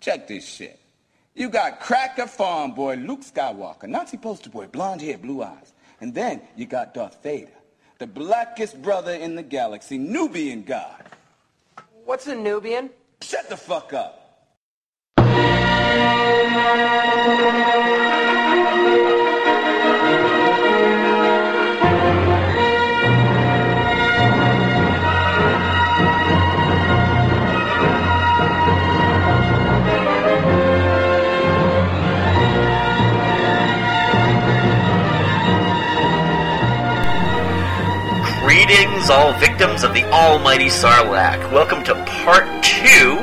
Check this shit. You got cracker farm boy Luke Skywalker, Nazi poster boy, blonde hair, blue eyes. And then you got Darth Vader, the blackest brother in the galaxy, Nubian god. What's a Nubian? Shut the fuck up. Greetings, all victims of the almighty Sarlacc. Welcome to part two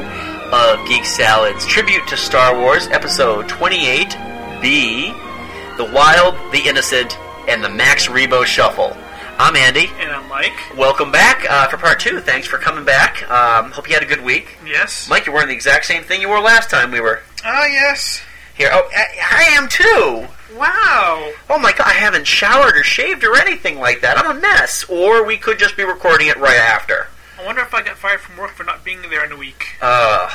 of Geek Salad's tribute to Star Wars, episode 28B The Wild, the Innocent, and the Max Rebo Shuffle. I'm Andy. And I'm Mike. Welcome back uh, for part two. Thanks for coming back. Um, hope you had a good week. Yes. Mike, you're wearing the exact same thing you wore last time we were Ah, yes. here. Oh, I, I am too. Wow. Oh my god, I haven't showered or shaved or anything like that. I'm a mess. Or we could just be recording it right after. I wonder if I got fired from work for not being there in a week. Uh,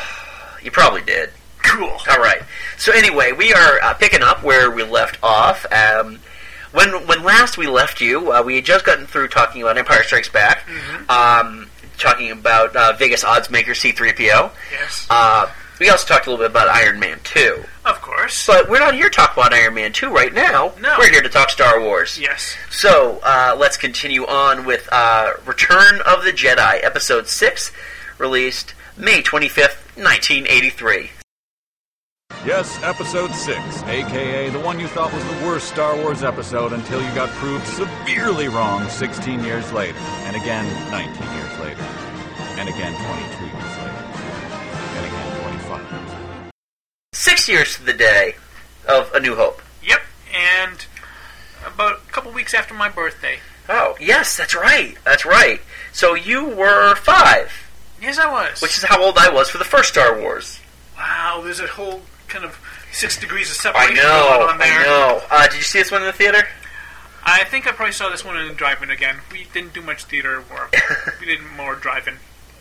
you probably did. Cool. All right. So anyway, we are uh, picking up where we left off. Um, when when last we left you, uh, we had just gotten through talking about Empire Strikes Back, Mm-hmm. um, talking about uh, Vegas odds maker C-3PO. Yes. Uh, we also talked a little bit about Iron Man 2. of course. But we're not here to talk about Iron Man 2 right now. No. We're here to talk Star Wars. yes. So uh, let's continue on with uh, Return of the Jedi, Episode 6, released May 25th, 1983. Yes, episode 6, aka the one you thought was the worst Star Wars episode until you got proved severely wrong 16 years later, and again 19 years later, and again 22 years later, and again 25 years later. Six years to the day of A New Hope. Yep. And about a couple weeks after my birthday. Oh, yes, that's right. That's right. So you were five, Yes, I was. which is how old I was for the first Star Wars. wow. There's a whole kind of six degrees of I separation know, going on there. I know. Uh, did you see this one in the theater? I think I probably saw this one in the drive-in again. We didn't do much theater work. we did more drive-in.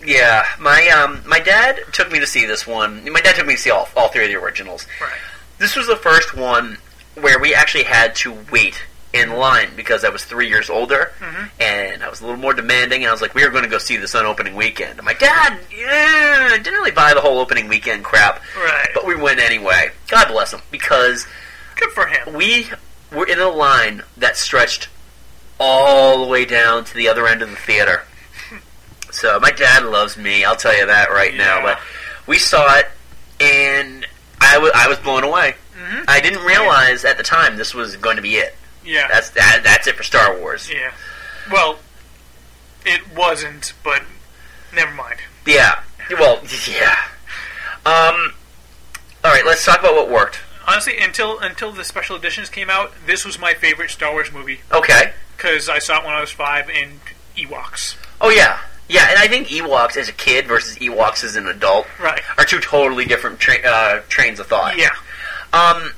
Yeah, my um, my dad took me to see this one. My dad took me to see all, all three of the originals. Right. This was the first one where we actually had to wait in line because I was three years older Mm-hmm. and I was a little more demanding. And I was like, we are going to go see this on opening weekend. And my dad yeah, didn't really buy the whole opening weekend crap, Right. but we went anyway. God bless him because Good for him. we were in a line that stretched all the way down to the other end of the theater. So my dad loves me, I'll tell you that right now. Yeah. But we saw it, and I wa- I was blown away. Mhm. I didn't realize at the time this was going to be it. Yeah. That's that, that's it for Star Wars. yeah. Well, it wasn't, but never mind. Yeah. Well, yeah. Um. All right, let's talk about what worked. Honestly, until until the special editions came out, this was my favorite Star Wars movie Okay. because I saw it when I was five in Ewoks. Oh yeah, yeah. And I think Ewoks as a kid versus Ewoks as an adult Right. are two totally different tra- uh, trains of thought. Yeah. Um,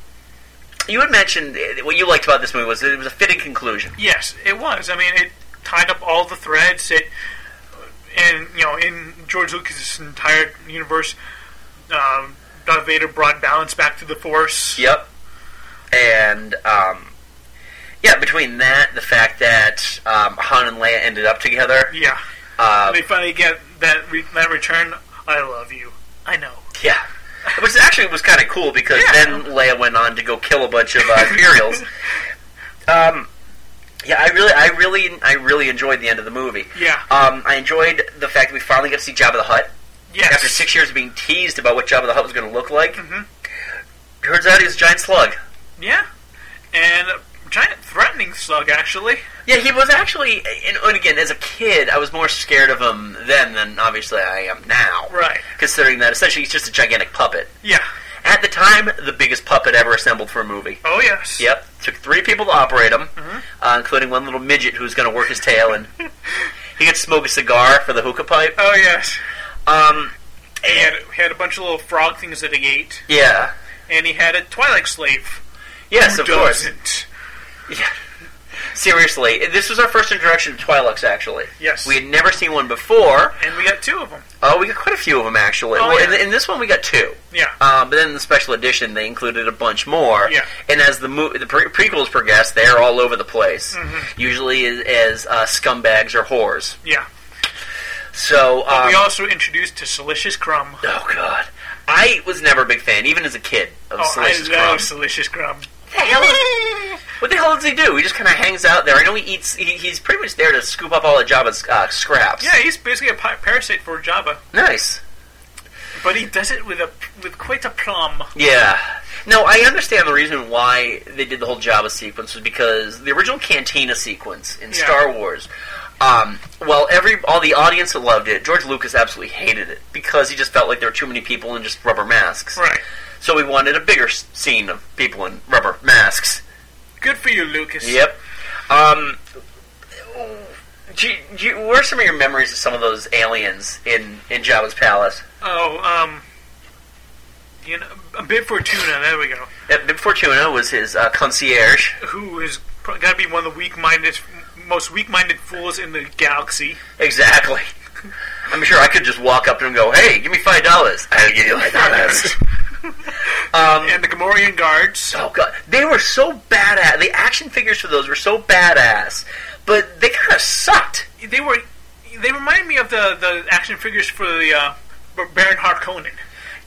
you had mentioned uh, what you liked about this movie was that it was a fitting conclusion. Yes, it was. I mean, it tied up all the threads. It and you know, in George Lucas's entire universe, um, Darth Vader brought balance back to the Force. Yep. And um, yeah, between that, the fact that um, Han and Leia ended up together, Yeah. uh, they finally get that re- that return. I love you. I know. yeah, which actually was kind of cool because Yeah. then Leia went on to go kill a bunch of uh, Imperials. um, yeah, I really, I really, I really enjoyed the end of the movie. Yeah. Um, I enjoyed the fact that we finally got to see Jabba the Hutt. Yes. After six years of being teased about what Jabba the Hutt was going to look like, Mhm. turns out he's a giant slug. Yeah. And a giant threatening slug, actually. Yeah, he was actually, and, and again, as a kid, I was more scared of him then than obviously I am now. Right. Considering that essentially he's just a gigantic puppet. Yeah. At the time, the biggest puppet ever assembled for a movie. Oh yes. Yep, took three people to operate him, uh, including one little midget who's going to work his tail, and he could smoke a cigar for the hookah pipe. Oh yes. Um, He had, he had a bunch of little frog things that he ate, yeah, and he had a Twilight slave. yes, Who of course. doesn't? Yeah. seriously, this was our first introduction to Twi'leks, actually. Yes. We had never seen one before. and we got two of them. Oh, we got quite a few of them, actually. Oh, well, yeah. in, in this one, we got two. Yeah. Uh, but then in the special edition, they included a bunch more. Yeah. And as the mo- the pre- prequels progress, they're all over the place. Mm-hmm. Usually as, as uh, scumbags or whores. Yeah. So, um, we also introduced to Silicious Crumb. oh god, I was never a big fan, even as a kid, of Oh, I Salacious love Crumb. Silicious Crumb. What the hell is- What the hell does he do? He just kind of hangs out there. I know he eats. He, he's pretty much there to scoop up all the Jabba's uh, scraps. Yeah, he's basically a pi- parasite for Jabba, Nice. but he does it with a with quite a plum. Yeah. No, I understand the reason why they did the whole Java sequence was because the original Cantina sequence in Yeah. Star Wars. Um, well, every all the audience that loved it, George Lucas absolutely hated it because he just felt like there were too many people in just rubber masks. Right. So we wanted a bigger s- scene of people in rubber masks. Good for you, Lucas. Yep. Um, do you, do you, what are some of your memories of some of those aliens in in Jabba's palace? Oh, um, you know, a bit for tuna. There we go. Uh, Bib Fortuna was his uh, concierge. Who is got to be one of the weak-minded, most weak-minded fools in the galaxy? Exactly. I'm sure I could just walk up to him and go, "Hey, give me five dollars." I'll give you five dollars. and the Gamorrean guards. oh god, they were so badass. The action figures for those were so badass, but they kind of sucked. They were. They reminded me of the the action figures for the uh, Bar- Baron Harkonnen.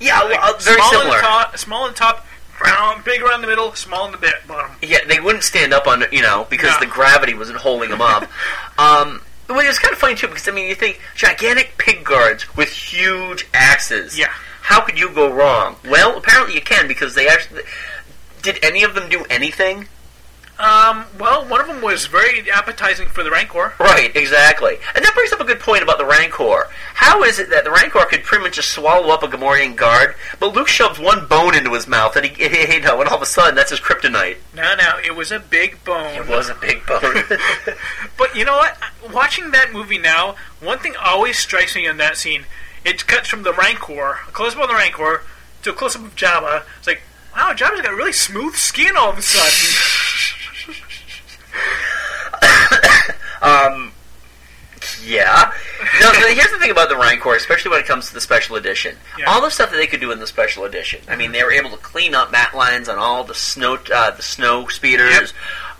Yeah, Like, well, uh, very small similar. On the top, small on the top, round, big around the middle, small on the ba- bottom. Yeah, they wouldn't stand up on you know because No. the gravity wasn't holding them up. um, well, it's kind of funny too because I mean you think gigantic pig guards with huge axes. Yeah. How could you go wrong? Well, apparently you can because they actually did. Any of them do anything? Um, well, one of them was very appetizing for the Rancor. Right, exactly. And that brings up a good point about the Rancor. How is it that the Rancor could pretty much just swallow up a Gamorrean guard, but Luke shoves one bone into his mouth, and he, you know, and all of a sudden that's his kryptonite. No, no, it was a big bone. It was a big bone. But you know what? Watching that movie now, one thing always strikes me in that scene. It cuts from the Rancor, a close up on the Rancor, to a close up of Jabba. It's like, wow, Jabba's got really smooth skin all of a sudden. yeah. No, but here's the thing about the Rancor, especially when it comes to the special edition. Yeah. All the stuff that they could do in the special edition. I mean, they were able to clean up mat lines on all the snow, uh, the snow speeders.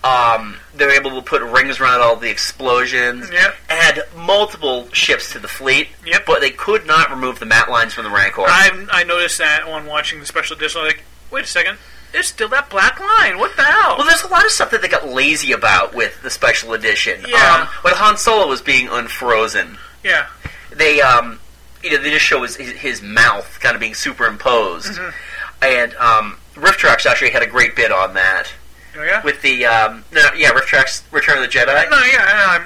Um, they were able to put rings around all the explosions. Yep. Add multiple ships to the fleet. Yep. But they could not remove the mat lines from the Rancor. I I noticed that on watching the special edition. I'm like, wait a second, there's still that black line. What the hell? Well, there's a lot of stuff that they got lazy about with the special edition. Yeah. Um, when Han Solo was being unfrozen, yeah, they um you know they just show his his, his mouth kind of being superimposed and um rift tracks actually had a great bit on that Oh, yeah. with the um no, yeah rift tracks return of the jedi no, yeah, yeah, I'm,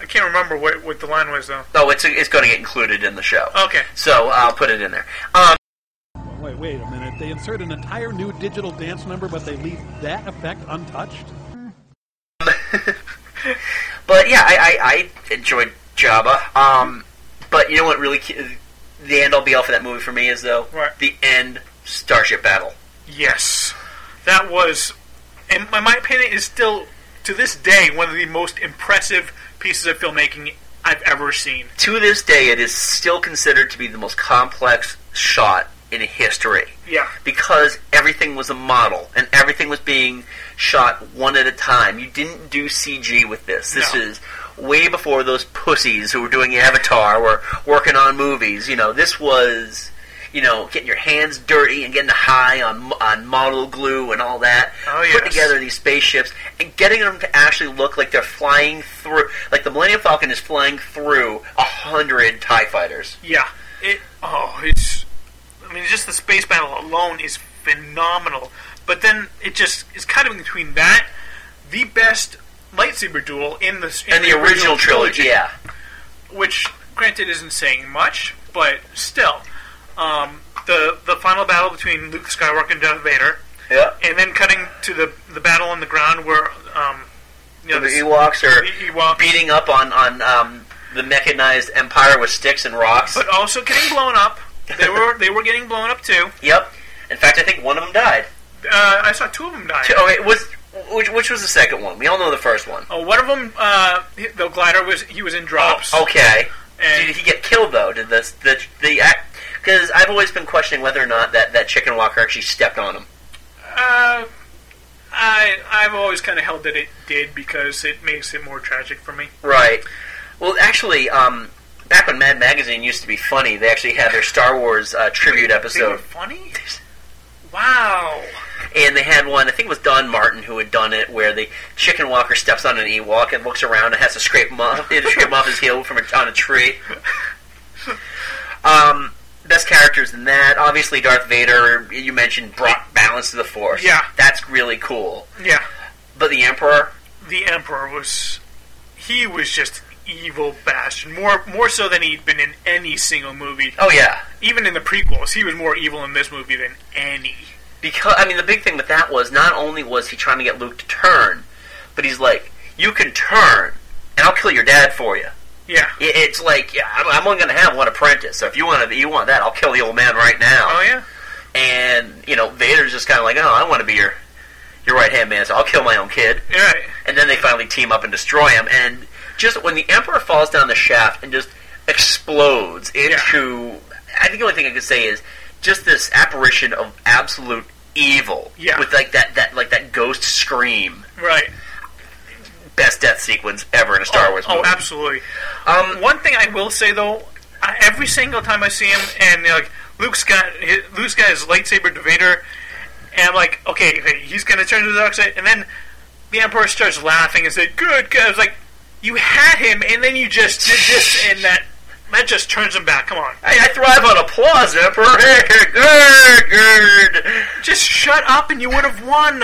I can't remember what what the line was though. oh it's it's going to get included in the show Okay. so i'll put it in there um Wait, wait a minute. They insert an entire new digital dance number, but they leave that effect untouched? but yeah i i, I enjoyed jabba um but you know what really ki- the end all be all for that movie for me is though What? the end starship battle Yes, that was, in my, my opinion, is still to this day one of the most impressive pieces of filmmaking I've ever seen. to this day, it is still considered to be the most complex shot in history. Yeah. Because everything was a model and everything was being shot one at a time. You didn't do CG with this. This No. is way before those pussies who were doing Avatar were working on movies. You know, this was. You know, getting your hands dirty and getting high on on model glue and all that. Oh, Put yes. together these spaceships and getting them to actually look like they're flying through, like the Millennium Falcon is flying through a hundred Tie fighters. Yeah. It. Oh, it's. I mean, just the space battle alone is phenomenal. But then it just is kind of in between that, the best lightsaber duel in the in And the original trilogy, yeah. which granted isn't saying much, but still, um, the the final battle between Luke Skywalker and Darth Vader, Yeah. and then cutting to the the battle on the ground where um, you know, The E this- Ewoks are the E Ewoks. beating up on on um, the mechanized Empire with sticks and rocks. but also getting blown up. They were they were getting blown up too. Yep. In fact, I think one of them died. Uh, I saw two of them die. Two- Oh, it was Which, which was the second one? We all know the first one. Oh, one of them, uh, the glider was he was in drops. Oh, Okay. And- Did he get killed though? Did this the the act? Because I've always been questioning whether or not that that chicken walker actually stepped on him. Uh, I I've always kind of held that it did because it makes it more tragic for me. Right. Well, actually, um, back when Mad Magazine used to be funny, they actually had their Star Wars uh, tribute They were episode, funny. Wow. and they had one. I think it was Don Martin who had done it, where the chicken walker steps on an Ewok and looks around and has to scrape him off, to scrape him off his heel from a, on a tree. Um, best characters in that, obviously Darth Vader. You mentioned brought balance to the Force. Yeah. that's really cool. Yeah. But the Emperor, The emperor was he was just an evil bastard. More more so than he'd been in any single movie. oh yeah, Even in the prequels, he was more evil in this movie than any. because I mean the big thing with that was not only was he trying to get Luke to turn, but he's like, "You can turn, and I'll kill your dad for you." Yeah. It, it's like, yeah, I'm, I'm only going to have one apprentice. So if you want to, you want that, I'll kill the old man right now. Oh yeah. And you know, Vader's just kind of like, "Oh, I want to be your your right hand man, so I'll kill my own kid." You're right. And then they finally team up and destroy him. And just when the Emperor falls down the shaft and just explodes into, I think the only thing I could say is just this apparition of absolute evil. Yeah. With like that, that like that ghost scream. Right. Best death sequence ever in a Star Wars Oh, movie. absolutely. Um, One thing I will say though, I, every single time I see him, and like Luke's got his, Luke's got his lightsaber to Vader, and I'm like, okay, okay, he's gonna turn to the dark side, and then the Emperor starts laughing and said, "Good, good." I was like, you had him, and then you just did this, and that that just turns him back. Come on, Hey, I thrive on applause, Emperor. Good. just shut up, and you would have won.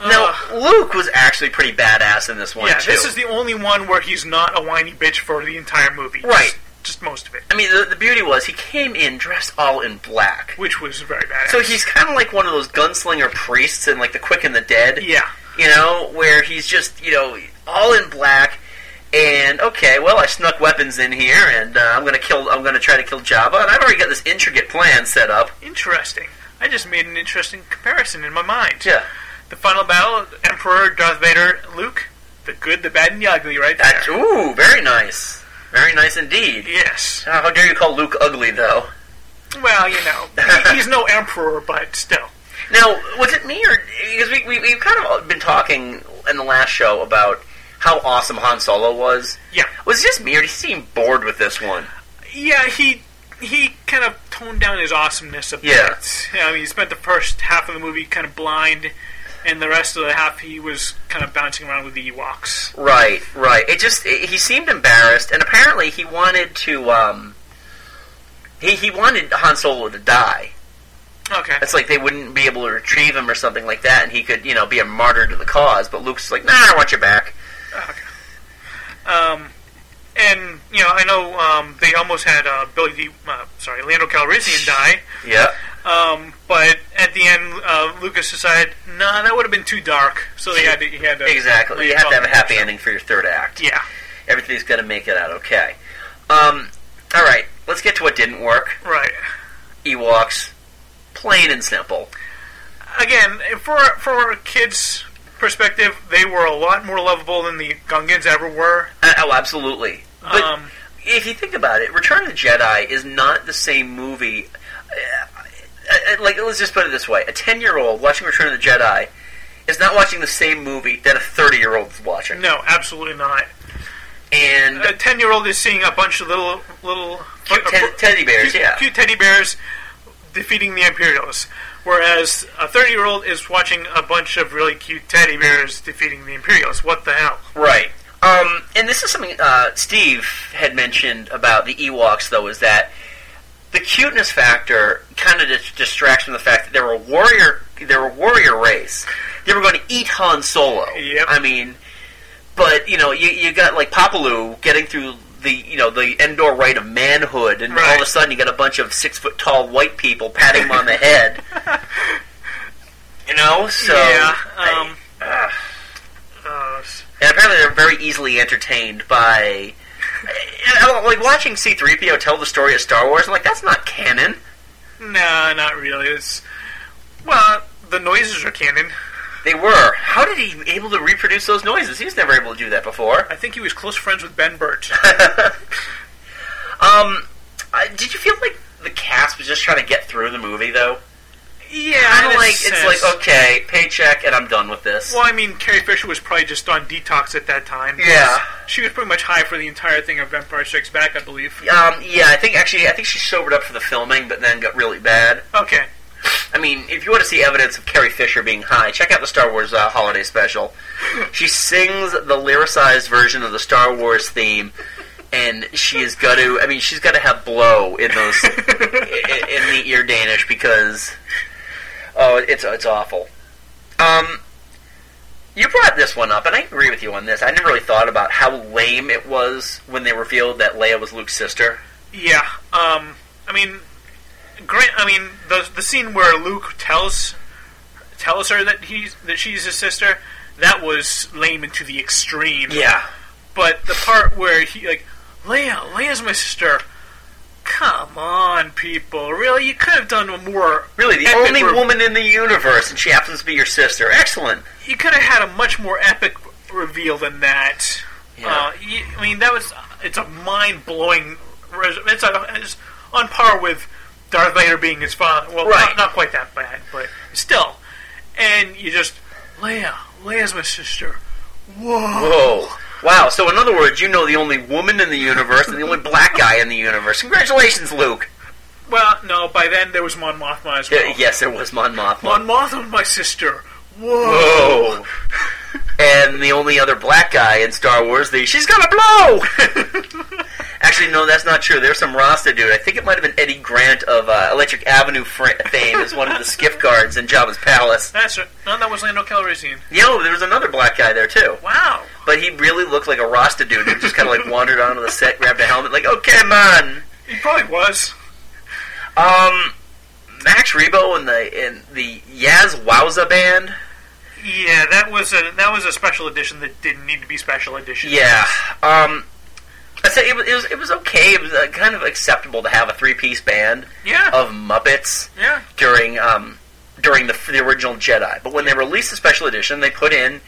Now, Luke was actually pretty badass in this one Yeah, too. this is the only one where he's not a whiny bitch for the entire movie. Right. Just, just most of it, I mean, the, the beauty was he came in dressed all in black. which was very bad. So he's kind of like one of those gunslinger priests in like The Quick and the Dead. Yeah. You know, where he's just, you know, all in black and okay, well, I snuck weapons in here and uh, I'm going to kill I'm going to try to kill Jabba and I've already got this intricate plan set up. Interesting. I just made an interesting comparison in my mind. Yeah. The final battle, Emperor, Darth Vader, Luke, the good, the bad, and the ugly, right there. That's, ooh, very nice. Very nice indeed. Yes. Uh, how dare you call Luke ugly though? Well, you know, he- he's no emperor, but still. Now, was it me or because we, we we've kind of been talking in the last show about how awesome Han Solo was? Yeah. Was it just me or did he seem bored with this one? Yeah, he he kind of toned down his awesomeness a bit. Yeah. You know, he spent the first half of the movie kind of blind, and the rest of the half he was kind of bouncing around with the Ewoks. Right, right. It just it, he seemed embarrassed, and apparently he wanted to. Um, he he wanted Han Solo to die. Okay. It's like they wouldn't be able to retrieve him or something like that, and he could you know be a martyr to the cause. But Luke's like, Nah, I want you back. Um, And, you know, I know um, they almost had uh, Billy D. Uh, sorry, Leandro Calrissian die. Yeah. Um, but at the end, uh, Lucas decided, nah, that would have been too dark. So they had to, he had to Exactly. You have to have a happy ending for your third act. Yeah, Everything's gonna make it out okay. Um, all right. Let's get to what didn't work. right. Ewoks, plain and simple. Again, for for a kids' perspective, they were a lot more lovable than the Gungans ever were. Uh, oh, absolutely. But Um, if you think about it, Return of the Jedi is not the same movie. Uh, uh, Like, let's just put it this way: a ten-year-old watching Return of the Jedi is not watching the same movie that a thirty-year-old is watching. No, absolutely not. And A ten-year-old is seeing a bunch of little little Cute te- uh, teddy bears, cute- yeah. cute teddy bears defeating the Imperials. Whereas a thirty-year-old is watching a bunch of really cute teddy bears defeating the Imperials. What the hell? right. Um, and this is something uh, Steve had mentioned about the Ewoks, though, is that the cuteness factor kind of dis- distracts from the fact that they were a warrior. They were a warrior race. They were going to eat Han Solo. Yep. I mean, but you know, you, you got like Papalu getting through the you know the Endor rite of manhood, and all of a Right. sudden you got a bunch of six foot tall white people patting him on the head. You know, so yeah. I- Um, uh, s- and apparently they're very easily entertained by. I- I- Like watching C3PO tell the story of Star Wars, I'm like, that's not canon. no, not really. It's well, the noises are canon. They were. How did he able to reproduce those noises? He was never able to do that before. I think he was close friends with Ben Burt. Um, I, did you feel like the cast was just trying to get through the movie though? yeah, Kind in of a like sense. it's like okay, paycheck, and I'm done with this. Well, I mean, Carrie Fisher was probably just on detox at that time. Yeah. She was pretty much high for the entire thing of Vampire Strikes Back, I believe. Um, yeah, I think actually, I think she sobered up for the filming, but then got really bad. Okay. I mean, if you want to see evidence of Carrie Fisher being high, check out the Star Wars uh, holiday special. She sings the lyricized version of the Star Wars theme, and she has got to. I mean, she's got to have blow in those i- i- in the ear Danish because oh, it's it's awful. Um, you brought this one up, and I agree with you on this. I never really thought about how lame it was when they revealed that Leia was Luke's sister. Yeah. Um, I mean, Grant. I mean, the the scene where Luke tells tells her that he's that she's his sister. That was lame to the extreme. Yeah. But the part where he like, Leia, Leia's my sister. Come on, people! Really, you could have done a more Really, the epic only re- woman in the universe, and she happens to be your sister. Excellent. You could have had a much more epic reveal than that. Yeah. Uh, y I I mean, that was it's a mind blowing. Res- it's, a, it's on par with Darth Vader being his father. Well, Right. not, not quite that bad, but still. And you just Leia, Leia's my sister. Whoa. Whoa. Wow. So, in other words, you know the only woman in the universe and the only black guy in the universe. Congratulations, Luke. Well, no. By then there was Mon Mothma as Uh, well. yes, there was Mon Mothma. Mon Mothma, my sister. Whoa. Whoa. and the only other black guy in Star Wars, the she's gonna blow. Actually, no, that's not true. There's some Rasta dude. I think it might have been Eddie Grant of uh, Electric Avenue fr- fame as one of the skiff guards in Jabba's palace. That's right. No, that was Lando Calrissian. You know, there was another black guy there too. Wow. But he really looked like a Rasta dude who just kind of like wandered onto the set, grabbed a helmet, like, okay, man. He probably was. Um, Max Rebo and the and the Yaz Wowza band. Yeah, that was a that was a special edition that didn't need to be special edition. Yeah. Um, I said it was it was, it was okay. It was uh, kind of acceptable to have a three piece band yeah, of Muppets yeah. during um during the the original Jedi. But when they released the special edition, they put in.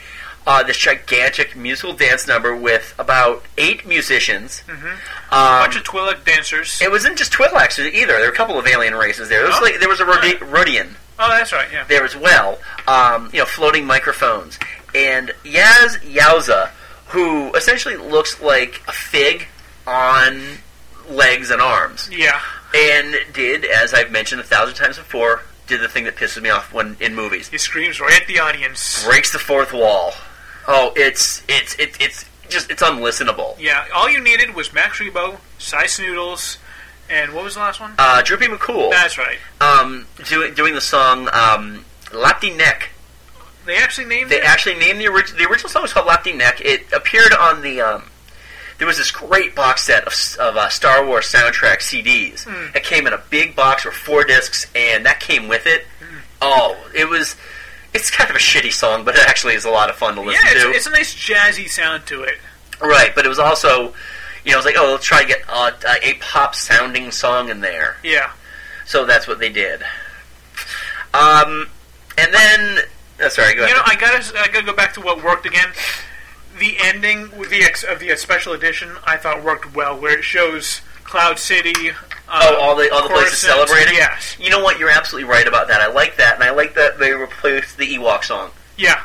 Uh, this gigantic musical dance number with about eight musicians. Mm-hmm. A Um, bunch of Twi'lek dancers. It wasn't just Twi'leks either. There were a couple of alien races there. There was, Oh. like, there was a Rhodi- Rhodian oh, that's right. Yeah, there as well. Um, you know, floating microphones and Yaz Yauza, who essentially looks like a fig on legs and arms, yeah. and did, as I've mentioned a thousand times before, did the thing that pisses me off when in movies He screams right at the audience. breaks the fourth wall. Oh, it's it's it's it's just it's unlistenable. Yeah, all you needed was Max Rebo, Sice Noodles, and what was the last one? Uh, Droopy McCool, that's right. um, doing doing the song um, Lapty Neck. They actually named They it. actually named the original. The original song was called Lefty Neck. It appeared on the. Um, there was this great box set of, s- of uh, Star Wars soundtrack CDs. Hmm. It came in a big box with four discs, and that came with it. Hmm. Oh, it was. It's kind of a shitty song, but it actually is a lot of fun to yeah, listen to. it's, it's a nice jazzy sound to it. right, but it was also, you know, it's like, oh, let's try to get uh, uh, a pop sounding song in there. Yeah, So that's what they did. Um, and then, oh, sorry, go you ahead. know, I gotta I gotta go back to what worked again. The ending with the ex, of the uh, special edition I thought worked well, where it shows Cloud City. Uh, Oh, all the all the places Coruscant. celebrating. Yes. You know what? You're absolutely right about that. I like that, and I like that they replaced the Ewok song. Yeah,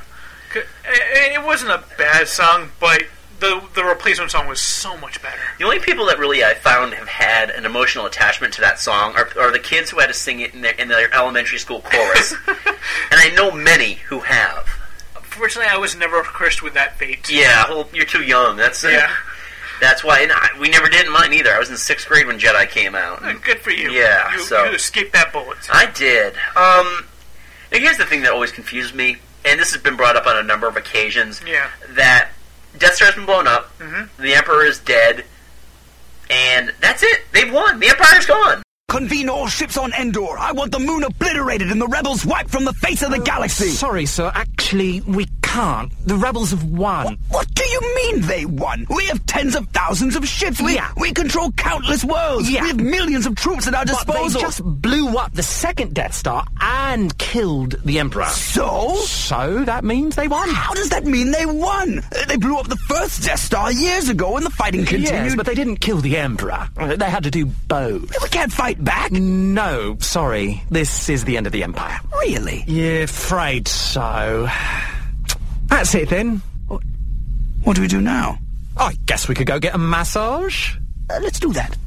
C- it it wasn't a bad song, but the the replacement song was so much better. The only people that really I found have had an emotional attachment to that song are, are the kids who had to sing it in their, in their elementary school chorus, and I know many who have. Fortunately, I was never cursed with that fate. Yeah, well, you're too young. That's Yeah. That's why, and I, we never did in mine either. I was in sixth grade when Jedi came out. Uh, Good for you. Yeah, you, so- Uh, you escaped that bullet. I did. Um, now here's the thing that always confused me, and this has been brought up on a number of occasions. Yeah. Mm-hmm. That Death Star's been blown up. The Emperor is dead, and that's it. They've won. The Empire's gone. Convene all ships on Endor. I want the moon obliterated and the rebels Uh, wiped from the face of the galaxy. Sorry, sir. Actually, we can't. The rebels have won. What Do you mean they won? We have tens of thousands of ships. We, Yeah. we control countless worlds. Yeah. We have millions of troops at our But they disposal. just blew up the second Death Star and killed the Emperor. So? So that means they won. How does that mean they won? Uh, They blew up the first Death Star years ago and the fighting continued. Yes, but they didn't kill the Emperor. They had to do both. We can't fight back. No, sorry. This is the end of the Empire. Really? You're afraid so. That's it then. What do we do now? I guess we could go get a massage. Uh, let's do that.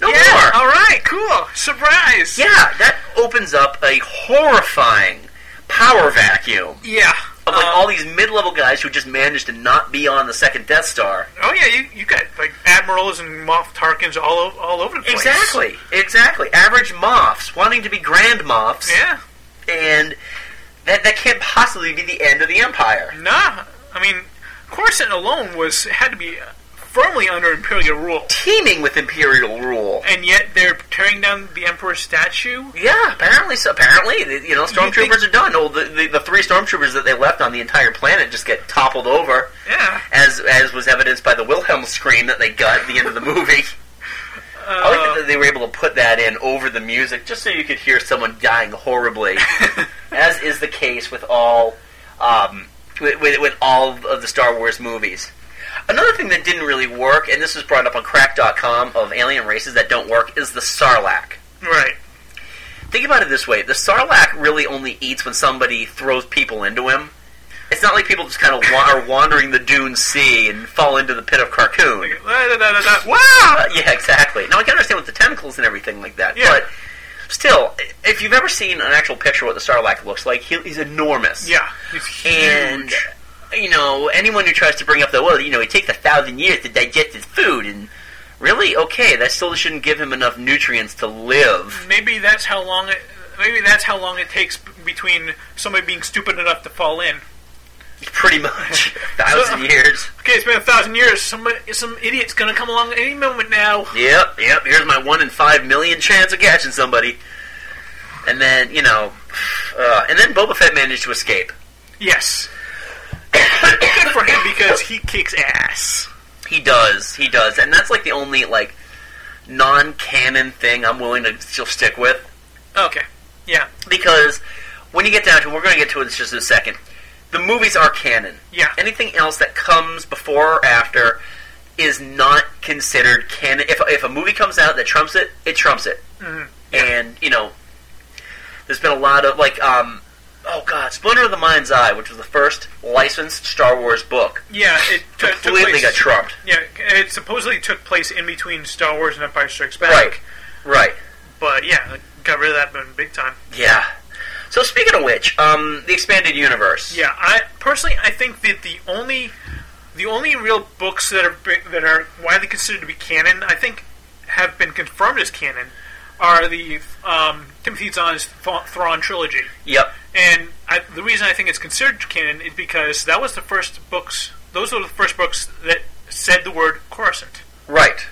No Yeah, more. all right, cool. Surprise. Yeah, that opens up a horrifying power vacuum Yeah. of like all these mid-level guys who just managed to not be on the second Death Star. Oh yeah, you, you got like admirals and Moff Tarkins all o- all over the place. Exactly, exactly. Average moffs wanting to be grand moffs, Yeah. and that that can't possibly be the end of the Empire. Nah. I mean, Coruscant alone was had to be uh, firmly under imperial rule, Teeming with Imperial rule. and yet they're tearing down the Emperor's statue. Yeah, apparently, so apparently, the- you know, stormtroopers think- are done. Well, the, the, the three stormtroopers that they left on the entire planet just get toppled over, Yeah. as as was evidenced by the Wilhelm scream that they got at the end of the movie. I like that they were able to put that in over the music, just so you could hear someone dying horribly, as is the case with all um, with, with, with all of the Star Wars movies. Another thing that didn't really work, and this was brought up on Crack.com of alien races that don't work, is the Sarlacc. Right. Think about it this way: the Sarlacc really only eats when somebody throws people into him. It's not like people just kind of wa- are wandering the dune sea and fall into the pit of Carcoon. Da, da, da, da, da. Wow. Uh, yeah, exactly. Now I can understand with the tentacles and everything like that, Yeah. but still, i- if you've ever seen an actual picture of what the Sarlacc looks like, he, he's enormous. Yeah. It's huge. and you know anyone who tries to bring up the well, you know, it takes a thousand years to digest his food, and really, okay, that still shouldn't give him enough nutrients to live. maybe that's how long it. Maybe that's how long it takes b- between somebody being stupid enough to fall in. Pretty much. Thousand years. Okay, it's been a thousand years. Somebody, some idiot's gonna come along at any moment now. Yep, yep, here's my one in five million chance of catching somebody. And then, you know, uh, and then Boba Fett managed to escape. Yes. Good for him because he kicks ass. He does, he does. And that's like the only, like, non canon thing I'm willing to still stick with. Okay. Yeah. Because when you get down to it, we're going to get to this just in a second. The movies are canon. Yeah. Anything else that comes before or after is not considered canon. If, if a movie comes out that trumps it, it trumps it. Mm-hmm. And, you know, there's been a lot of, like, um, oh god, Splinter of the Mind's Eye, which was the first licensed Star Wars book, Yeah. It t- took completely place- got trumped. Yeah. It supposedly took place in between Star Wars and Empire Strikes Back. Right. Right. But yeah, got rid of that in big time. Yeah. So speaking of which, um, the expanded universe. Yeah, I personally I think that the only the only real books that are bi- that are widely considered to be canon, I think, have been confirmed as canon, are the um, Timothy Zahn's Tha- Thrawn trilogy. Yep. And I, the reason I think it's considered canon is because that was the first books; those were the first books that said the word Coruscant. Right.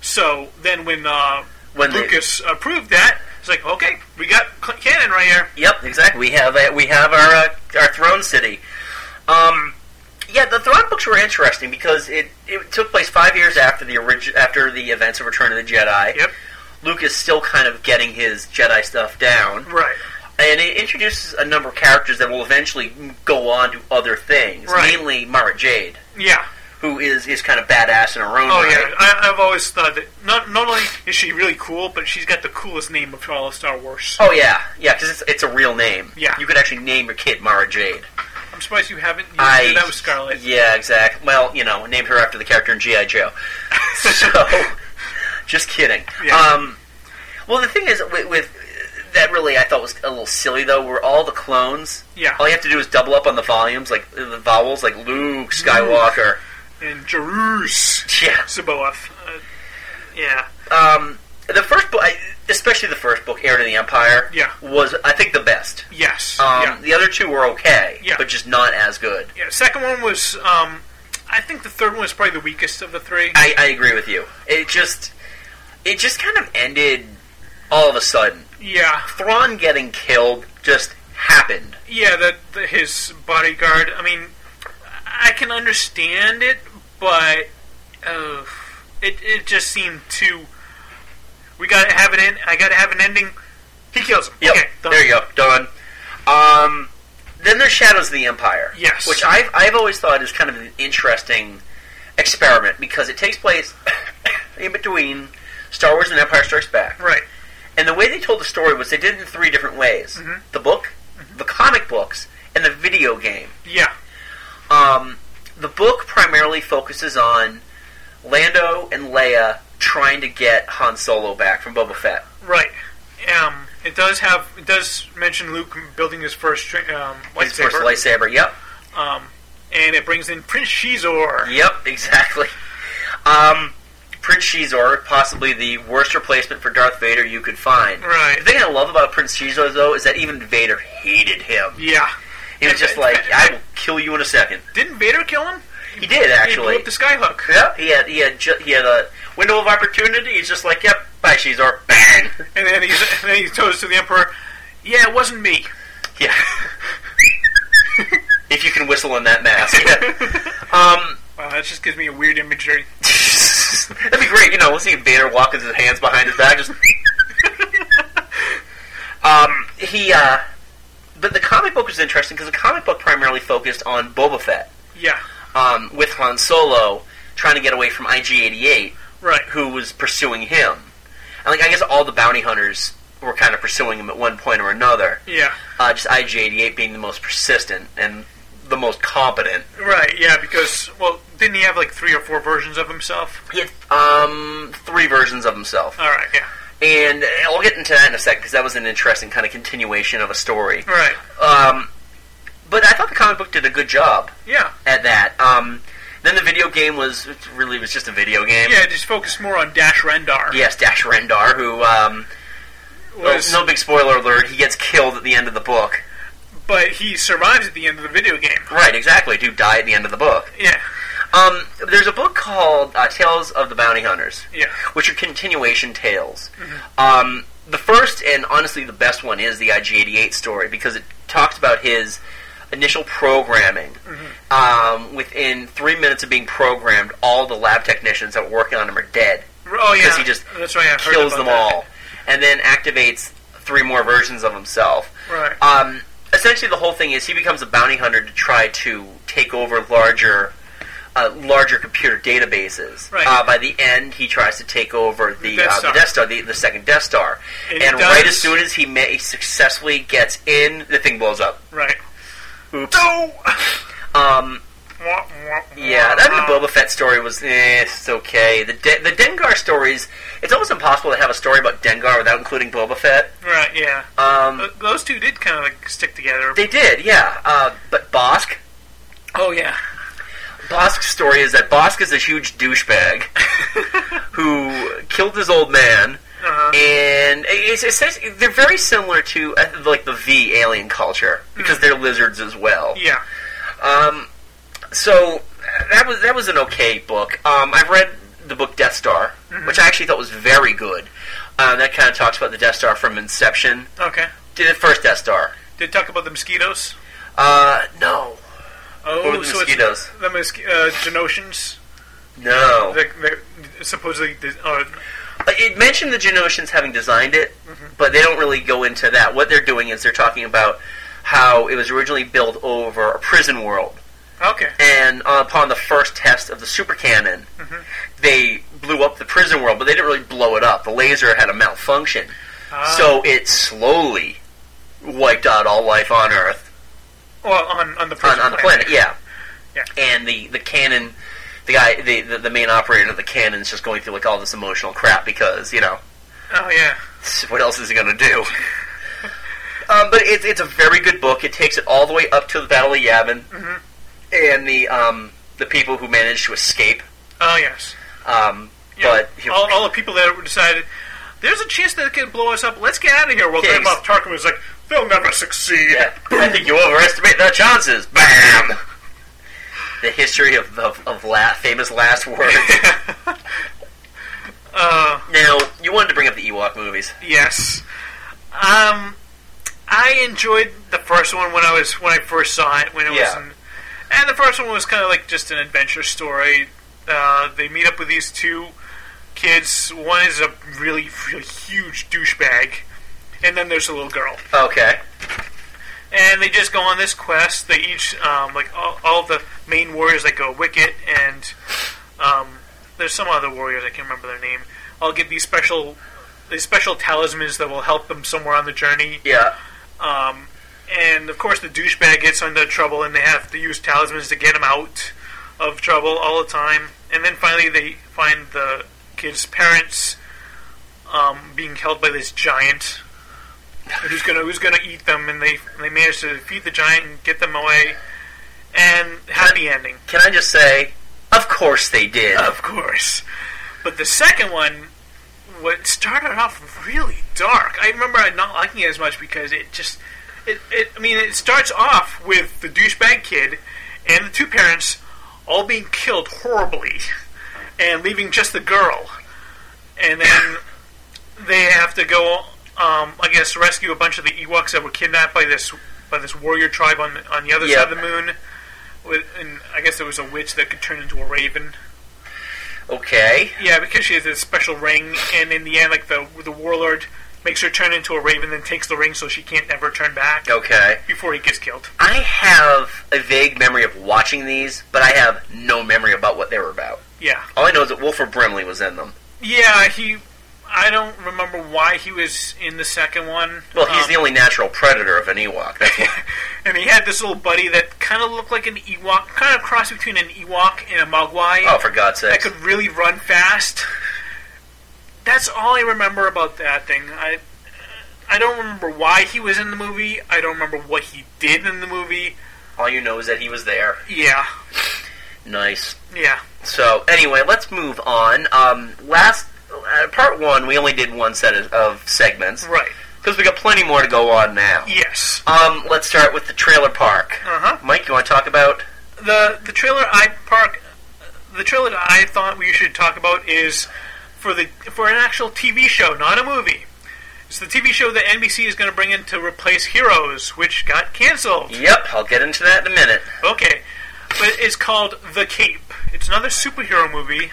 So then, when, uh, When they- Lucas approved that, it's like, okay, we got c- canon right here. Yep, exactly. We have a, we have our uh, our throne city. Um, yeah, the throne books were interesting because it, it took place five years after the origi- after the events of Return of the Jedi. Yep. Luke is still kind of getting his Jedi stuff down, Right. and it introduces a number of characters that will eventually go on to other things, Right. mainly Mara Jade, Yeah. who is is kind of badass in her own Oh right. yeah, I, I've always thought that not not only is she really cool, but she's got the coolest name of all of Star Wars. Oh yeah, yeah, because it's, it's a real name. Yeah. you could actually name your kid Mara Jade. I'm surprised you haven't used I, that with Scarlet. Yeah, exactly. Well, you know, named her after the character in GI Joe. so, just kidding. Yeah. Um, well, the thing is, with, with that really, I thought was a little silly though. Were all the clones? Yeah. All you have to do is double up on the volumes, like the vowels, like Luke Skywalker. And Jerus Yeah. Saboath. Uh, yeah, Um, the first book, I- especially the first book, Heir to the Empire. Yeah. Was I think the best. yes. Um, yeah. The other two were okay, Yeah. but just not as good. yeah, second one was, um, I think the third one was probably the weakest of the three. I, I agree with you. It just it just kind of ended all of a sudden. yeah, Thrawn getting killed just happened. yeah, the, the, his bodyguard. I mean, I can understand it, but uh, it it just seemed too. We gotta have it in. I gotta have an ending. He kills him. Yep. Okay, done. There you go. Done. Um, then there's Shadows of the Empire. Yes. Which I've, I've always thought is kind of an interesting experiment because it takes place in between Star Wars and Empire Strikes Back. Right. And the way they told the story was they did it in three different ways Mm-hmm. the book, the comic books, and the video game. Yeah. Um, the book primarily focuses on Lando and Leia trying to get Han Solo back from Boba Fett. Right. Um, it does have it does mention Luke building his first stri- um, His first lightsaber, lightsaber, yep. um, and it brings in Prince Shizor. Yep, exactly. Um, Prince Shizor, possibly the worst replacement for Darth Vader you could find. Right. The thing I love about Prince Shizor, though, is that even Vader hated him. Yeah. He was just like, I will kill you in a second. Didn't Vader kill him? He did, He blew actually. up the skyhook. Yeah, he had he had ju- he had a window of opportunity. He's just like, yep, bye, Shizor, bang. And then, he's, and then he toes to the Emperor, yeah, it wasn't me. Yeah. if you can whistle in that mask. um, Wow, Uh, that just gives me a weird imagery. That'd be great, you know. We'll see Vader walking his hands behind his back, just. um, he, uh, but the comic book was interesting because the comic book primarily focused on Boba Fett, Yeah, um, with Han Solo trying to get away from IG-88, right. who was pursuing him. And like, I guess all the bounty hunters were kind of pursuing him at one point or another. Yeah, Uh, just IG-88 being the most persistent and the most competent. right. Yeah, because well, didn't he have like three or four versions of himself? He had um, three versions of himself. All right. Yeah. And I'll get into that in a second because that was an interesting kind of continuation of a story. Right. Um, but I thought the comic book did a good job Yeah. at that. Um, then the video game was it really was just a video game. Yeah. Just focus more on Dash Rendar. Yes, Dash Rendar, who um, Was, no big spoiler alert, he gets killed at the end of the book. But he survives at the end of the video game. Right, exactly. Do die at the end of the book. Yeah. Um, there's a book called uh, Tales of the Bounty Hunters. Yeah. which are continuation tales. Um, the first and honestly the best one is the IG88 story because it talks about his initial programming. Um, within three minutes of being programmed, all the lab technicians that were working on him are dead. Oh yeah. Because he just That's right. I've heard kills about them that. all, and then activates three more versions of himself. Right. Um, essentially, the whole thing is he becomes a bounty hunter to try to take over larger, uh, larger computer databases. Right. Uh, by the end, he tries to take over the, Death uh, Star. the Death Star, the, the second Death Star. And And, he right does. as soon as he, ma- he successfully gets in, the thing blows up. Right. Oops. No. Um, Wah, wah, yeah, wah. that the Boba Fett story was eh, it's okay. The De- the Dengar stories, it's almost impossible to have a story about Dengar without including Boba Fett. Right. Yeah. Um, Th- Those two did kind of like stick together. They did, yeah. Uh, but Bosk, oh yeah. Bosk's story is that Bosk is a huge douchebag who killed his old man, Uh-huh. and it's, it's, it's- they're very similar to uh, like the V alien culture because Hmm. they're lizards as well. Yeah. Um, so that was that was an okay book. Um, I've read the book Death Star, which I actually thought was very good. Uh, that kind of talks about the Death Star from inception Okay. to the first Death Star. Did talk about the mosquitoes. Uh, no, Oh, Or the so mosquitoes. It's the mosqui- uh, Genosians. no. The, the, supposedly, the, uh, Uh, It mentioned the Genosians having designed it, but they don't really go into that. What they're doing is they're talking about how it was originally built over a prison world, okay, and uh, upon the first test of the super cannon, they blew up the prison world, but they didn't really blow it up. The laser had a malfunction, Uh, so it slowly wiped out all life on Earth well, on on the on, prison on the planet. Yeah. Yeah. And the the cannon, the guy, the, the the main operator of the cannon's just going through like all this emotional crap because you know Oh yeah, what else is he going to do? um, but it's it's a very good book. It takes it all the way up to the Battle of Yavin Mm-hmm. and the um, the people who managed to escape. oh yes. Um, Yeah. But you know, all, all the people that decided there's a chance that it could blow us up. Let's get out of here. Well, Yeah, then ex- Moff Tarkin was like, "They'll never succeed." yeah, I think you overestimate their chances. Bam. The history of of, of la- famous last words. Uh, now you wanted to bring up the Ewok movies. yes. Um, I enjoyed the first one when I was when I first saw it when it Yeah. was. In, And the first one was kind of like just an adventure story. Uh, they meet up with these two kids. One is a really, really huge douchebag, and then there's a little girl. Okay. And they just go on this quest. They each, um, like all, all the main warriors, like go Wicket, and um, there's some other warriors I can't remember their name. All get these special, these special talismans that will help them somewhere on the journey. Yeah. Um, and of course, the douchebag gets into trouble, and they have to use talismans to get him out of trouble all the time. And then finally, they find the kid's parents um, being held by this giant who's gonna who's gonna eat them, and they they manage to defeat the giant and get them away. And happy ending, Can I just say, of course they did. of course. But the second one, what started off really dark. I remember I not liking it as much because it just, it, it I mean, it starts off with the douchebag kid and the two parents all being killed horribly, and leaving just the girl, and then they have to go, um, I guess, rescue a bunch of the Ewoks that were kidnapped by this by this warrior tribe on the, on the other Yeah. side of the moon. With, and I guess there was a witch that could turn into a raven. Okay. Yeah, because she has this special ring, and in the end, like the the warlord makes her turn into a raven, then takes the ring so she can't ever turn back Okay. before he gets killed. I have a vague memory of watching these, but I have no memory about what they were about. Yeah, All I know is that Wilford Brimley was in them. yeah. He, I don't remember why he was in the second one. Well, he's Um, the only natural predator of an Ewok. That's what, and he had this little buddy that kind of looked like an Ewok, kind of a cross between an Ewok and a Mogwai oh, for God's that sake! could really run fast. That's all I remember about that thing. I I don't remember why he was in the movie. I don't remember what he did in the movie. All you know is that he was there. Yeah, Nice. yeah. So anyway, let's move on. Um, last uh, part one, we only did one set of, of segments Right. because we got plenty more to go on now. Yes. Um, let's start with the trailer park. Uh-huh. Mike, you want to talk about? The the trailer I park the trailer that I thought we should talk about is for the for an actual TV show, not a movie. It's the TV show that NBC is going to bring in to replace Heroes, which got canceled. Yep, I'll get into that in a minute. Okay, but it's called The Cape. It's another superhero movie.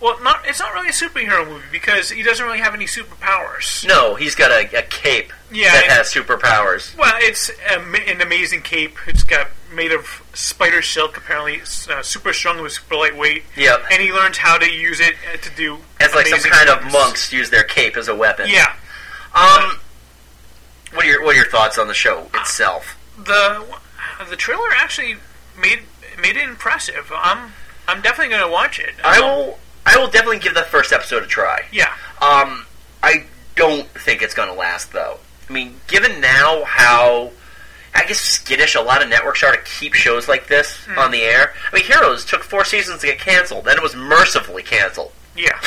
Well, not it's not really a superhero movie because he doesn't really have any superpowers. No, he's got a, a cape Yeah, that it- has superpowers. Well, it's am- an amazing cape. It's got made of spider silk. Apparently, it's uh, super strong. It was super lightweight. Yep. And he learns how to use it uh, to do As like some amazing kind of things. monks use their cape as a weapon. Yeah. Um, what are your what are your thoughts on the show itself? The the trailer actually made made it impressive. I'm I'm definitely going to watch it. I Um, will I will definitely give the first episode a try. Yeah. Um, I don't think it's going to last though. I mean, given now how I guess skittish a lot of networks are to keep shows like this on the air. I mean, Heroes took four seasons to get canceled, then it was mercifully canceled. Yeah.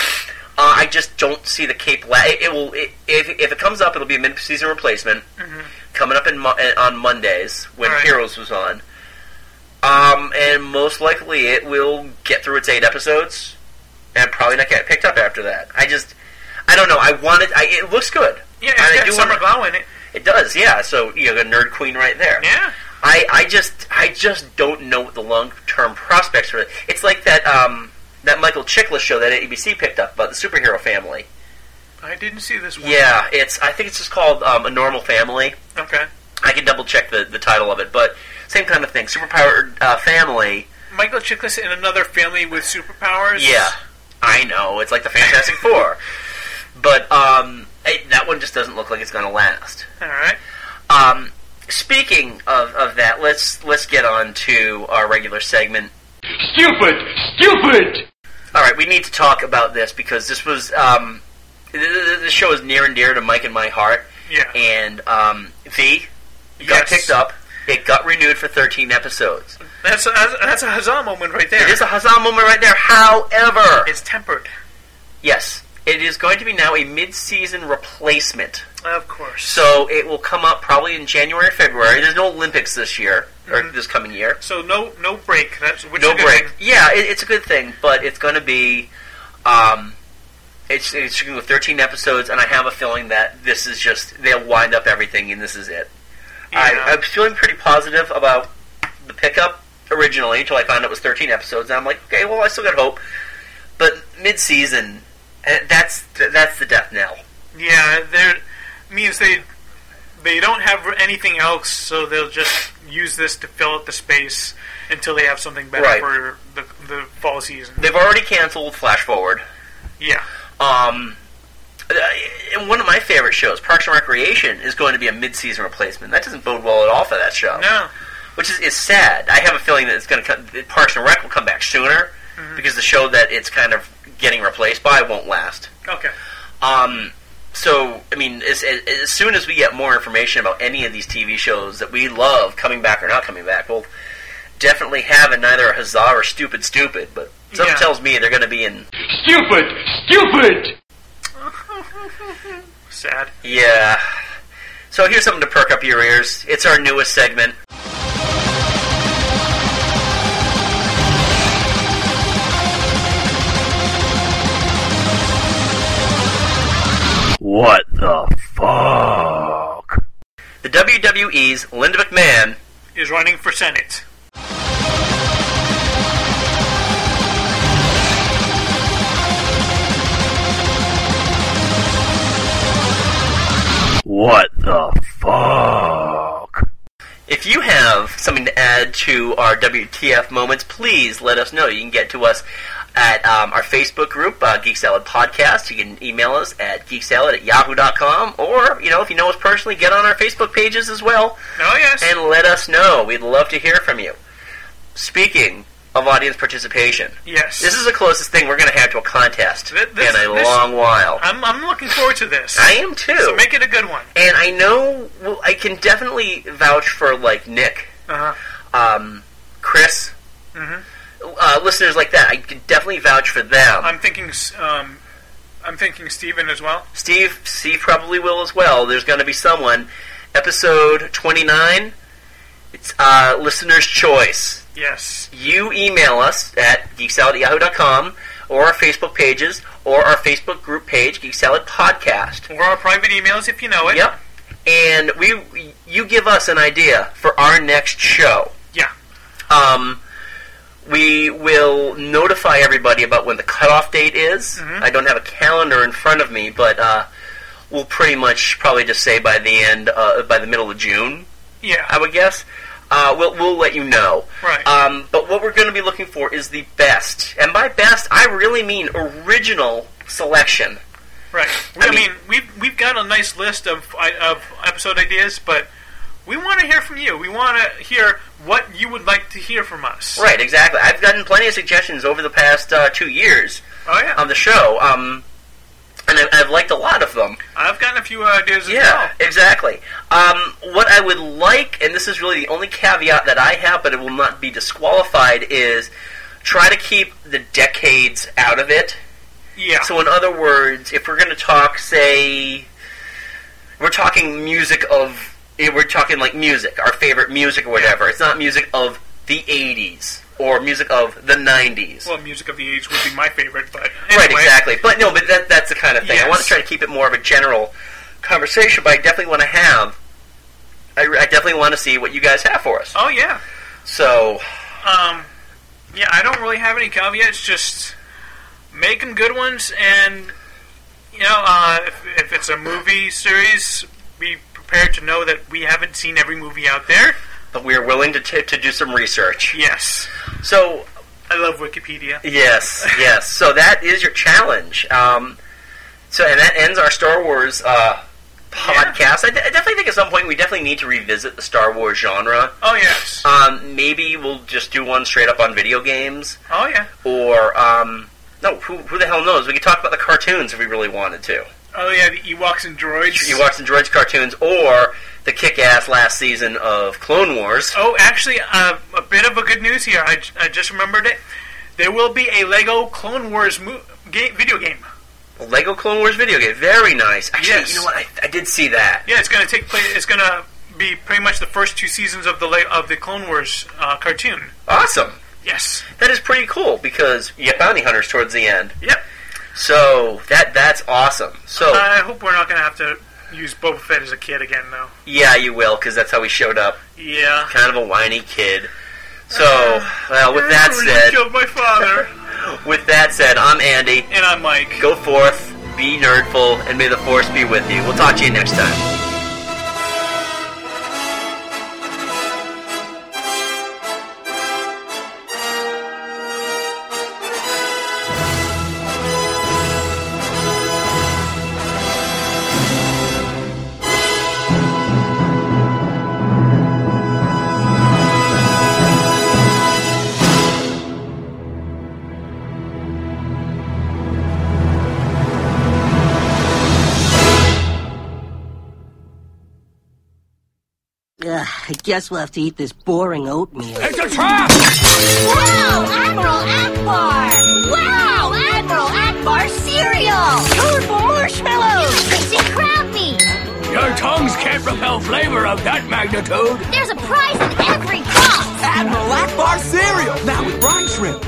Uh, I just don't see the Cape. La- it, it will it, if if it comes up, it'll be a mid-season replacement coming up in mo- uh, on Mondays when Mm-hmm. Right. Heroes was on. Um, and most likely it will get through its eight episodes, and probably not get picked up after that. I just I don't know. I wanted. I, it looks good. Yeah. And I It's got do Summer wanna- Glau in it. It does. Yeah. So you know, the nerd queen right there. Yeah. I, I just I just don't know what the long term prospects for it. It's like that um that Michael Chiklis show that ABC picked up about the superhero family. I didn't see this one. Yeah, it's I think it's just called um, a normal family. Okay. I can double check the, the title of it, but same kind of thing. Superpowered uh, family. Michael Chiklis in another family with superpowers. Yeah, I know it's like the Fantastic Four, but um it, that one just doesn't look like it's going to last. All right. Um, speaking of, of that, let's let's get on to our regular segment. Stupid! Stupid! All right, we need to talk about this because this was um, th- th- this show is near and dear to Mike and my heart, Yeah. and um, V got Yes. picked up. It got renewed for 13 episodes. That's a, that's a huzzah moment right there. It is a huzzah moment right there. However, It's tempered, yes, it is going to be now a mid-season replacement. of course. So it will come up probably in January, or February. There's no Olympics this year or Mm-hmm. this coming year. So no no break. That's which is no a good break. thing. Yeah, it, it's a good thing, but it's going to be. Um, it's it's going to go 13 episodes, and I have a feeling that this is just they'll wind up everything, and this is it. I, Yeah. I'm feeling pretty positive about the pickup, originally until I found it was 13 episodes, and I'm like, okay, well, I still got hope. But mid-season, eh, that's that's the death knell. Yeah, there means they they don't have anything else, so they'll just use this to fill out the space until they have something better Right. for the, the fall season. They've already canceled Flash Forward. Yeah, Um, uh, and one of my favorite shows, Parks and Recreation, is going to be a mid-season replacement. That doesn't bode well at all for that show. no, which is, is sad. I have a feeling that it's going to come. that Parks and Rec will come back sooner Mm-hmm. because the show that it's kind of getting replaced by won't last. okay, Um, so I mean, as, as, as soon as we get more information about any of these TV shows that we love coming back or not coming back, we'll definitely have a neither a huzzah or stupid stupid. But something Yeah. tells me they're going to be in. Stupid! Stupid! sad. Yeah. So here's something to perk up your ears. It's our newest segment. What the fuck? The WWE's Linda McMahon Is running for Senate. What the fuck? If you have something to add to our WTF moments, please let us know. You can get to us at um, our Facebook group, uh, Geek Salad Podcast. You can email us at geeksalad at yahoo.com, or, you know, if you know us personally, get on our Facebook pages as well Oh yes, and let us know. We'd love to hear from you. Speaking of audience participation, yes. this is the closest thing we're going to have to a contest Th- this- in a this- long while. I'm I'm looking forward to this. I am too. So make it a good one. and I know, well, I can definitely vouch for, like, Nick. Uh huh. um, Chris, uh, listeners like that. I can definitely vouch for them. I'm thinking um, I'm thinking Steven as well. Steve, Steve probably will as well. There's going to be someone. Episode 29. It's uh, listener's choice. Yes. You email us at geeksalad at yahoo.com or our Facebook pages or our Facebook group page, Geek Salad Podcast. Or our private emails if you know it. Yep. And we, you give us an idea for our next show. Yeah. Um, we will notify everybody about when the cutoff date is. Mm-hmm. I don't have a calendar in front of me, but uh, we'll pretty much probably just say by the end, uh, by the middle of June, Yeah. I would guess. Uh, we'll, we'll let you know. Right. Um, but what we're going to be looking for is the best. And by best, I really mean original selection. Right. We, I I, mean- mean, we've we've got a nice list of i- of episode ideas, but we want to hear from you. We want to hear what you would like to hear from us. Right, exactly. I've gotten plenty of suggestions over the past uh, two years Oh yeah. on the show, um, and I, I've liked a lot of them. I've gotten a few ideas as Yeah, exactly. Um, what I would like, and this is really the only caveat that I have, but it will not be disqualified, is try to keep the decades out of it. well. Yeah. So, in other words, if we're going to talk, say, we're talking music of, eh, we're talking like music, our favorite music or whatever. It's not music of the 80s or music of the 90s. well, music of the age would be my favorite, but Right, anyway. exactly. But no, but that, that's the kind of thing. I want to Yes. try to keep it more of a general conversation, but I definitely want to have. I, I definitely want to see what you guys have for us. Oh yeah. So, Um, yeah, I don't really have any caveats. Just make them good ones, and you know, uh, if, if it's a movie series, be prepared to know that we haven't seen every movie out there. but we are willing to t- to do some research. Yes, So, I love Wikipedia. yes, yes. So that is your challenge. Um, so, and that ends our Star Wars uh, podcast. I, d- I definitely think at some point we definitely need to revisit the Star Wars genre. Oh yes. Um, maybe we'll just do one straight up on video games. Oh yeah. or um, no, who, who the hell knows? We could talk about the cartoons if we really wanted to. Oh yeah. The Ewoks and droids. You watch the Droids cartoons or the kick-ass last season of Clone Wars. Oh, actually, uh, a bit of a good news here. I, j- I just remembered it. There will be a Lego Clone Wars mo- game, video game. Lego Clone Wars video game, very nice. Actually, Yes. you know what? I, I did see that. Yeah, it's going to take place. It's going to be pretty much the first two seasons of the la- of the Clone Wars uh, cartoon. Awesome. Yes. That is pretty cool because you have bounty hunters towards the end. Yep. So that that's awesome. So I hope we're not going to have to use Boba Fett as a kid again, though. yeah, you will because that's how we showed up. Yeah. Kind of a whiny kid. So, well, with that You said, killed my father. with that said, I'm Andy. and I'm Mike. Go forth, be nerdful, and may the force be with you. We'll talk to you next time. Ugh, I guess we'll have to eat this boring oatmeal. It's a trap! Wow, Admiral Akbar! Wow, Admiral Akbar cereal! Food for marshmallows! Crazy crab meat! Your tongues can't repel flavor of that magnitude. There's a prize in every box! Admiral Akbar cereal, now with brine shrimp.